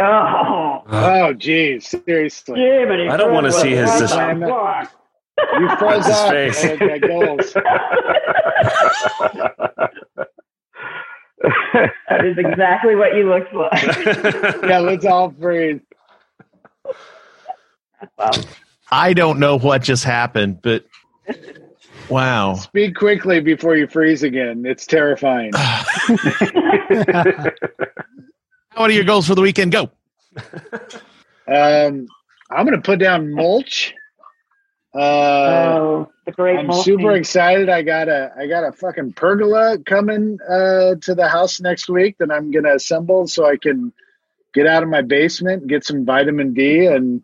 Speaker 5: Oh,
Speaker 6: oh geez seriously
Speaker 4: Uh-huh.
Speaker 5: Jiminy
Speaker 4: I don't wanna
Speaker 5: Christmas,
Speaker 4: see his-
Speaker 5: what
Speaker 4: this-
Speaker 5: the fuck?
Speaker 6: You froze
Speaker 4: That's
Speaker 6: up.
Speaker 4: his
Speaker 6: I got goals.
Speaker 5: That is exactly what you looked like.
Speaker 6: Yeah, let's all freeze.
Speaker 1: I don't know what just happened, but wow.
Speaker 6: Speak quickly before you freeze again. It's terrifying.
Speaker 1: What are your goals for the weekend? Go.
Speaker 6: Um, I'm going to put down mulch. Uh,
Speaker 5: oh, the great
Speaker 6: I'm
Speaker 5: mulching.
Speaker 6: super excited. I got a I got a fucking pergola coming uh, to the house next week that I'm going to assemble so I can get out of my basement, get some vitamin D, and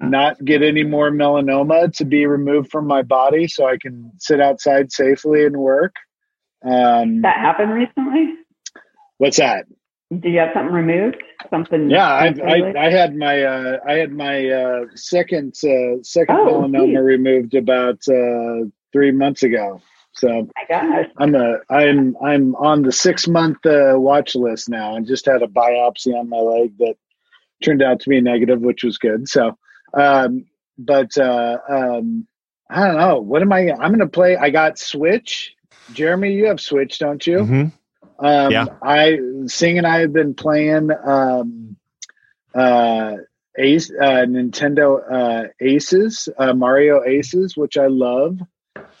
Speaker 6: not get any more melanoma to be removed from my body so I can sit outside safely and work. Um,
Speaker 5: that happened recently?
Speaker 6: what's that?
Speaker 5: Do you have something removed? Something?
Speaker 6: Yeah, I,
Speaker 5: temporarily?
Speaker 6: I, I had my uh, I had my uh, second uh, second
Speaker 5: Oh,
Speaker 6: melanoma
Speaker 5: geez.
Speaker 6: removed about uh, three months ago. So
Speaker 5: my gosh.
Speaker 6: I'm a I'm I'm on the six month uh, watch list now, and just had a biopsy on my leg that turned out to be negative, which was good. So, um, but uh, um, I don't know. What am I? I'm going to play. I got Switch. Jeremy, you have Switch, don't you?
Speaker 1: Mhm.
Speaker 6: Um,
Speaker 1: Yeah.
Speaker 6: I Sing and I have been playing um, uh, Ace uh, Nintendo uh, Aces, uh, Mario Aces, which I love.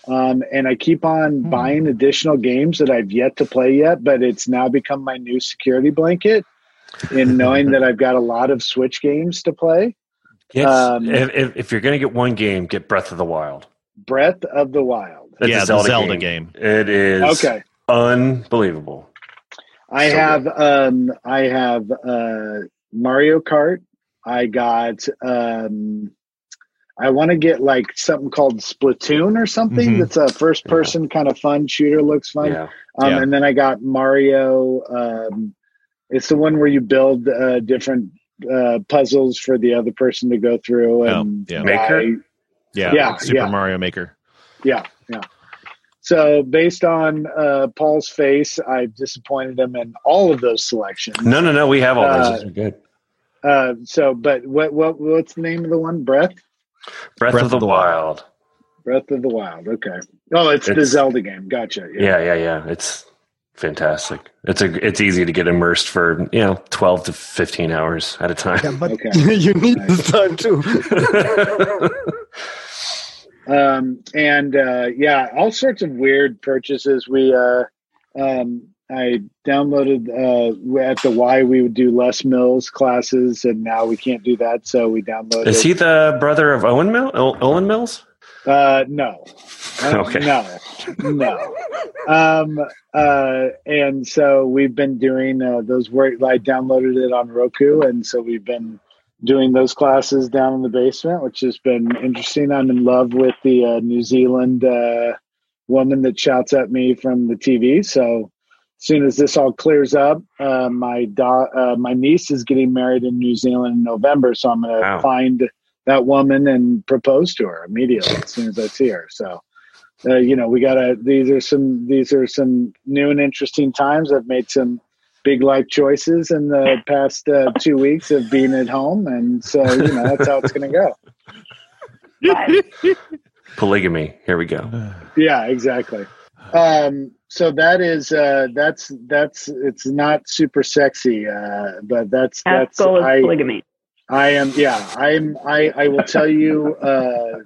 Speaker 6: Um, and I keep on buying additional games that I've yet to play yet, but it's now become my new security blanket in knowing that I've got a lot of Switch games to play.
Speaker 4: Yes,
Speaker 6: Um,
Speaker 4: if, if, if you're going to get one game, get Breath of the Wild.
Speaker 6: Breath of the Wild.
Speaker 4: That's
Speaker 1: yeah,
Speaker 4: a
Speaker 1: the Zelda game.
Speaker 4: It is
Speaker 6: Okay.
Speaker 4: unbelievable.
Speaker 6: I
Speaker 4: So
Speaker 6: have um I have uh Mario Kart. I got um I want to get like something called Splatoon or something
Speaker 1: Mhm.
Speaker 6: that's a first person kind of fun shooter looks fun.
Speaker 4: Yeah.
Speaker 6: Um
Speaker 1: Yeah.
Speaker 6: and then I got Mario um it's the one where you build uh different uh puzzles for the other person to go through and
Speaker 1: Oh, yeah.
Speaker 4: Maker?
Speaker 6: buy-
Speaker 1: Yeah,
Speaker 6: Yeah,
Speaker 1: Super
Speaker 6: yeah.
Speaker 1: Mario Maker.
Speaker 6: yeah, yeah. So based on uh, Paul's face, I disappointed him in all of those selections.
Speaker 4: No, no, no. We have all
Speaker 6: Uh,
Speaker 4: those. Those are good.
Speaker 6: Uh, so, but what what what's the name of the one? Breath,
Speaker 4: Breath, of the, Wild.
Speaker 6: Breath of the Wild. Okay. Oh, it's, the
Speaker 4: It's-
Speaker 6: Zelda game. Gotcha.
Speaker 4: Yeah, yeah, yeah. It's fantastic. It's a it's easy to get immersed for you know twelve to fifteen hours at a
Speaker 8: Yeah,
Speaker 4: time.
Speaker 8: but
Speaker 6: Okay.
Speaker 8: you need this time too.
Speaker 6: Um, and uh, yeah, all sorts of weird purchases. We uh, um, I downloaded uh, at the Y. We would do Les Mills classes, and now we can't do that. So we downloaded.
Speaker 4: is he the brother of Owen Mill? O- Owen Mills?
Speaker 6: Uh, no. Uh,
Speaker 4: Okay.
Speaker 6: No. No. um, uh, and so we've been doing uh, those work. I downloaded it on Roku, and so we've been doing those classes down in the basement, which has been interesting. I'm in love with the uh, New Zealand uh, woman that shouts at me from the TV. So as soon as this all clears up, uh, my da- uh, my niece is getting married in New Zealand in November, so I'm going to
Speaker 4: Wow.
Speaker 6: find that woman and propose to her immediately as soon as I see her. So uh, you know, we gotta. These are some. These are some new and interesting times. I've made some big life choices in the past uh, two weeks of being at home, and so you know that's how it's gonna go.
Speaker 5: But
Speaker 4: Polygamy. Here we go.
Speaker 6: Yeah, exactly. Um, so that is uh, that's that's it's not super sexy, uh, but that's
Speaker 5: that's
Speaker 6: that's
Speaker 5: goal is
Speaker 6: I
Speaker 5: polygamy.
Speaker 6: I am yeah I'm I I will tell you uh,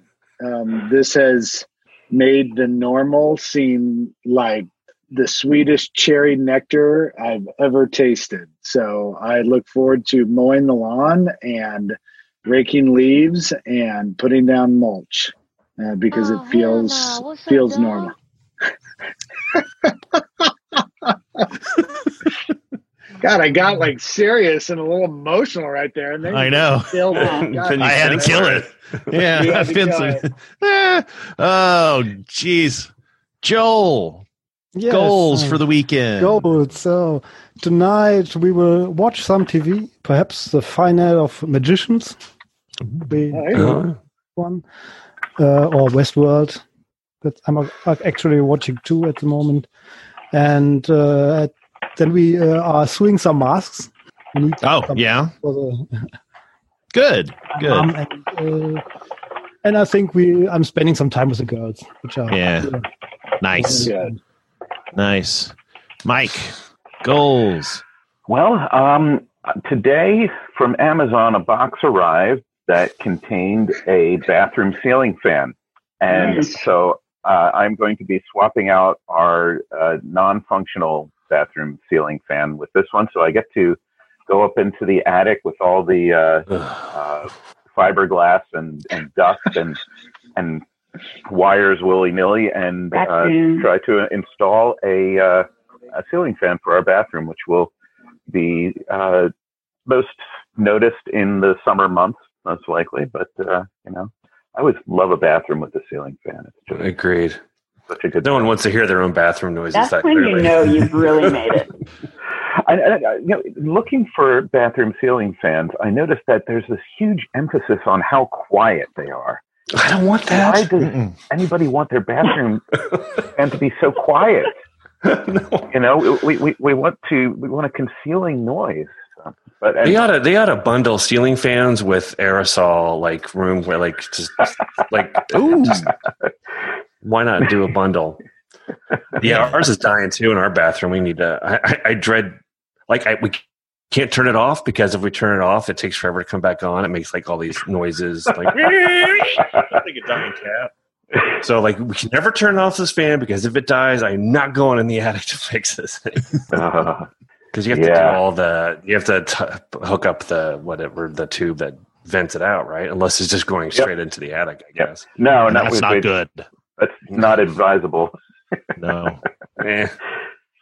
Speaker 6: um, this has made the normal seem like the sweetest cherry nectar I've ever tasted. So I look forward to mowing the lawn and raking leaves and putting down mulch uh, because
Speaker 2: Oh,
Speaker 6: it
Speaker 2: hell
Speaker 6: feels
Speaker 2: no. What's up,
Speaker 6: feels
Speaker 2: dog?
Speaker 6: normal. God, I got like serious and a little emotional right there, and then
Speaker 1: I
Speaker 6: you
Speaker 1: know.
Speaker 6: killed it. Oh, God,
Speaker 1: I had to
Speaker 4: said
Speaker 1: kill
Speaker 4: word.
Speaker 1: it. Yeah,
Speaker 6: You had
Speaker 1: I've
Speaker 6: to
Speaker 1: been
Speaker 6: kill
Speaker 1: so-
Speaker 6: it.
Speaker 1: Ah, oh, jeez. Joel,
Speaker 8: Yes,
Speaker 1: goals
Speaker 8: I-
Speaker 1: for the weekend.
Speaker 8: Gold. So tonight we will watch some TV, perhaps the final of Magicians. We
Speaker 6: All right.
Speaker 4: Uh-huh.
Speaker 8: one uh, or Westworld. That I'm uh, actually watching two at the moment, and uh, then we uh, are sewing some masks. We need
Speaker 1: Oh,
Speaker 8: some
Speaker 1: yeah.
Speaker 8: for the
Speaker 1: Um, Good. Good.
Speaker 8: mom um, and, uh, And I think we I'm spending some time with the girls, which are
Speaker 1: Yeah. Nice.
Speaker 6: Yeah.
Speaker 1: Nice. Mike, goals.
Speaker 7: Well, um, today from Amazon, a box arrived that contained a bathroom ceiling fan. And
Speaker 6: Nice.
Speaker 7: so uh, I'm going to be swapping out our uh, non functional bathroom ceiling fan with this one. So I get to go up into the attic with all the. Uh, uh, fiberglass and, and dust and and wires willy nilly and uh,
Speaker 5: Raccoon.
Speaker 7: try to install a, uh, a ceiling fan for our bathroom, which will be uh, most noticed in the summer months, most likely. But uh, you know, I always love a bathroom with a ceiling fan. It's just
Speaker 4: Agreed.
Speaker 7: such a good.
Speaker 4: No one wants to hear their own bathroom noises.
Speaker 5: That's
Speaker 4: that
Speaker 5: when you
Speaker 4: clearly.
Speaker 5: know you've really made it.
Speaker 7: I, I, I- you know, looking for bathroom ceiling fans, I noticed that there's this huge emphasis on how quiet they are.
Speaker 4: I don't want
Speaker 7: Why
Speaker 4: that.
Speaker 7: does
Speaker 1: Mm-mm.
Speaker 7: anybody want their bathroom fan to be so quiet?
Speaker 4: no.
Speaker 7: You know, we, we, we want to we want a concealing noise. But and,
Speaker 4: They oughta they oughta bundle ceiling fans with aerosol like room where like just like
Speaker 1: Ooh.
Speaker 4: why not do a bundle? yeah, ours is dying too in our bathroom. We need to. I, I, I dread like I, we can't turn it off because if we turn it off, it takes forever to come back on. It makes like all these noises, like like a dying cat. So like we can never turn off this fan because if it dies, I'm not going in the attic to fix this thing
Speaker 7: uh,
Speaker 4: because you have to
Speaker 7: Yeah.
Speaker 4: do all the you have to t- hook up the whatever the tube that vents it out, right? Unless it's just going straight into the attic, I
Speaker 7: Yep.
Speaker 4: guess.
Speaker 7: no, not,
Speaker 1: That's
Speaker 7: we-
Speaker 1: not
Speaker 7: we-
Speaker 1: good.
Speaker 7: That's not advisable.
Speaker 1: No.
Speaker 4: Eh.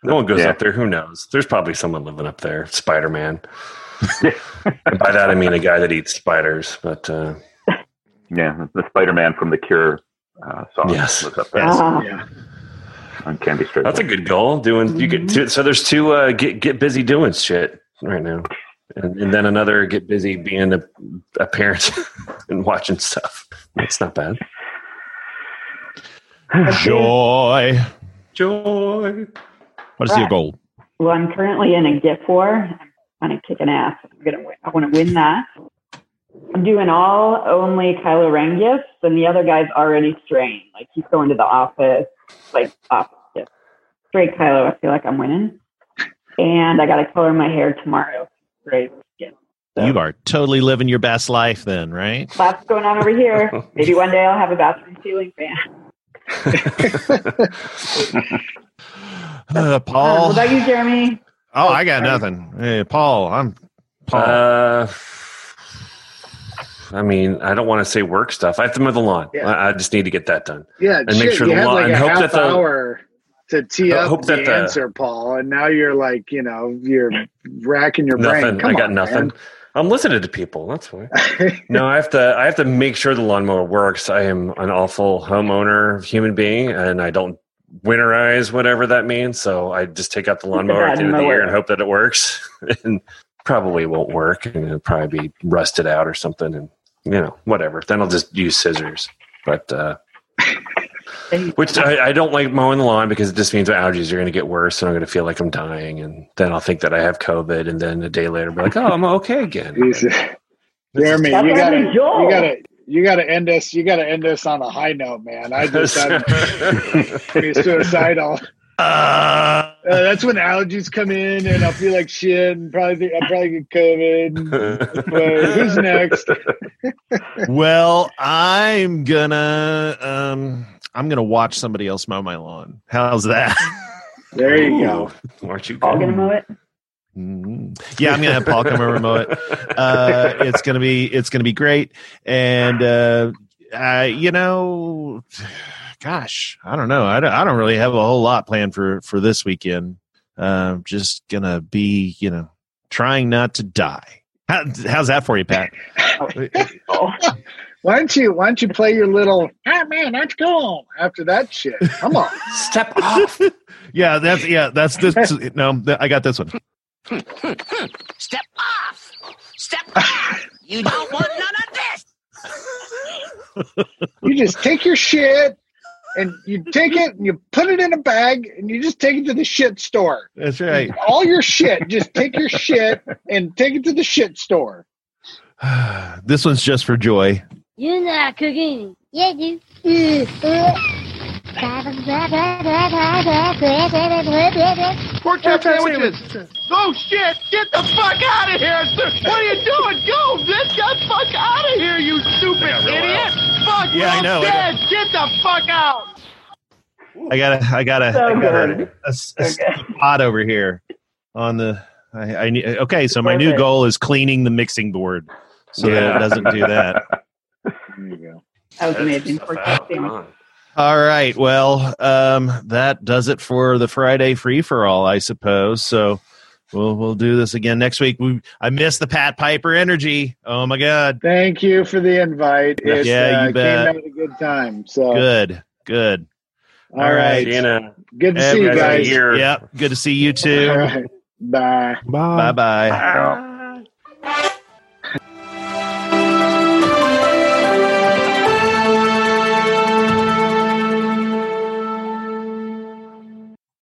Speaker 4: No one goes
Speaker 7: Yeah.
Speaker 4: up there. Who knows? There's probably someone living up there. Spider Man. and by that I mean a guy that eats spiders. But uh,
Speaker 7: Yeah, the Spider-Man from The Cure uh, song
Speaker 4: Yes.
Speaker 7: was up there
Speaker 4: Yes.
Speaker 5: Ah,
Speaker 7: on Candy Strip.
Speaker 4: that's a good goal. Doing you get two, so there's two uh, get get busy doing shit right now, and, and then another get busy being a, a parent and watching stuff. That's not bad.
Speaker 1: Joy.
Speaker 4: Joy.
Speaker 1: What is your goal?
Speaker 5: well, I'm currently in a gift war. I'm kind of kicking ass. I'm gonna. Win. I want to win that. I'm doing all only Kylo Ren gifts, and the other guy's already straying. Like he's going to the office, like office gifts. Straight Kylo. I feel like I'm winning. And I got to color my hair tomorrow. Great.
Speaker 1: You are totally living your best life then, right?
Speaker 5: Lots going on over here. Maybe one day I'll have a bathroom ceiling fan.
Speaker 1: Uh,
Speaker 5: Uh, what
Speaker 1: Paul.
Speaker 5: about you, Jeremy?
Speaker 1: Oh, I got nothing. Hey, Paul, I'm Paul.
Speaker 4: Uh, I mean, I don't want to say work stuff. I have to mow the lawn.
Speaker 6: Yeah.
Speaker 4: I, I just need to get that done.
Speaker 6: Yeah,
Speaker 4: make
Speaker 6: shit,
Speaker 4: sure
Speaker 6: you
Speaker 4: the
Speaker 6: had
Speaker 4: lawn-
Speaker 6: like
Speaker 4: and
Speaker 6: a
Speaker 4: hope
Speaker 6: half
Speaker 4: that the-
Speaker 6: hour to tee
Speaker 4: I
Speaker 6: up
Speaker 4: hope
Speaker 6: the
Speaker 4: that the-
Speaker 6: answer, Paul, and now you're like, you know, you're racking your brain.
Speaker 4: nothing.
Speaker 6: Come
Speaker 4: I got
Speaker 6: on,
Speaker 4: nothing.
Speaker 6: man.
Speaker 4: I'm listening to people. That's why. no, I have to. I have to make sure the lawnmower works. I am an awful homeowner, human being, and I don't winterize whatever that means. So I just take out the lawnmower at the end of the year and hope that it works. and probably won't work, and it'll probably be rusted out or something. And you know, whatever. Then I'll just use scissors. But uh, which I, I don't like mowing the lawn because it just means my allergies are going to get worse, and I'm going to feel like I'm dying, and then I'll think that I have COVID, and then a day later, I'll be like, oh, I'm okay again.
Speaker 6: Jesus. Jeremy,
Speaker 5: That's
Speaker 6: you
Speaker 5: what
Speaker 6: gotta,
Speaker 5: happened to
Speaker 6: you
Speaker 5: Joel.
Speaker 6: gotta, you gotta end us. You gotta end us on a high note, man. I just, I'm pretty suicidal.
Speaker 1: Uh,
Speaker 6: Uh, that's when allergies come in, and I'll feel like shit, and probably, think, I'll probably get COVID. But who's next?
Speaker 1: well, I'm gonna um I'm gonna watch somebody else mow my lawn. How's that?
Speaker 6: There you go.
Speaker 4: Aren't you
Speaker 5: All
Speaker 4: good?
Speaker 5: gonna mow it.
Speaker 1: Mm. yeah, I'm gonna have Paul come over and mow it. Uh, it's gonna be it's gonna be great, and uh, I, you know, gosh, I don't know. I don't, I don't really have a whole lot planned for for this weekend. Uh, just gonna be you know trying not to die. How, how's that for you, Pat?
Speaker 6: Why don't you, why don't you play your little? Ah, man, that's cool. After that shit, come on.
Speaker 4: Step off.
Speaker 1: yeah, that's yeah, that's this. No, th- I got this one.
Speaker 3: Step off! Step off! You don't want none of this!
Speaker 6: You just take your shit and you take it and you put it in a bag and you just take it to the shit store.
Speaker 1: That's right.
Speaker 6: All your shit, just take your shit and take it to the shit store.
Speaker 1: This one's just for joy.
Speaker 2: You're not cooking. Yeah, you. What
Speaker 9: Pork chop sandwiches. Oh shit! Get the fuck out of here! What are you doing? Go! Get the fuck out of here, you stupid
Speaker 4: Yeah, real
Speaker 9: idiot! Fuck!
Speaker 1: Yeah, I
Speaker 9: we're
Speaker 1: know.
Speaker 9: Dead. Get the fuck out!
Speaker 1: I gotta, I gotta,
Speaker 5: So
Speaker 1: I
Speaker 5: good.
Speaker 1: gotta a, s- a spot over here on the. I, I need- okay. So my new
Speaker 5: Perfect.
Speaker 1: goal is cleaning the mixing board so that it
Speaker 4: Yeah.
Speaker 1: doesn't do that.
Speaker 6: There you go.
Speaker 5: That was
Speaker 4: That's
Speaker 5: amazing.
Speaker 4: stuff
Speaker 5: Pork
Speaker 4: out.
Speaker 5: chop sandwich.
Speaker 4: Come on.
Speaker 1: All right. Well, um, that does it for the Friday free for all, I suppose. So we'll we'll do this again next week. We I missed the Pat Piper energy. Oh my God.
Speaker 6: Thank you for the invite. It
Speaker 1: Yeah, you
Speaker 6: uh,
Speaker 1: bet.
Speaker 6: came out at a good time. So
Speaker 1: Good. Good.
Speaker 6: all right.
Speaker 1: right.
Speaker 4: See you in a-
Speaker 6: Good to see you
Speaker 4: every
Speaker 6: guys.
Speaker 4: year.
Speaker 1: Yep. Good to see you
Speaker 6: All
Speaker 1: too.
Speaker 6: right. Bye.
Speaker 1: Bye bye.
Speaker 7: No.